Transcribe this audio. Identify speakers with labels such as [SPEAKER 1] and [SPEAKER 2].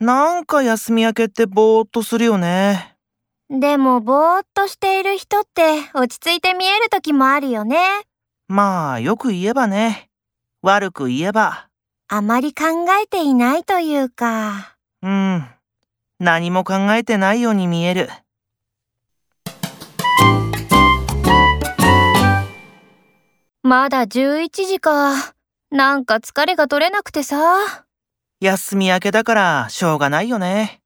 [SPEAKER 1] なんか休み明けってぼーっとするよね。
[SPEAKER 2] でもぼーっとしている人って落ち着いて見える時もあるよね。
[SPEAKER 1] まあ、よく言えばね。悪く言えば。
[SPEAKER 2] あまり考えていないというか。
[SPEAKER 1] うん。何も考えてないように見える。
[SPEAKER 2] まだ11時か。なんか疲れが取れなくてさ。
[SPEAKER 1] 休み明けだからしょうがないよね。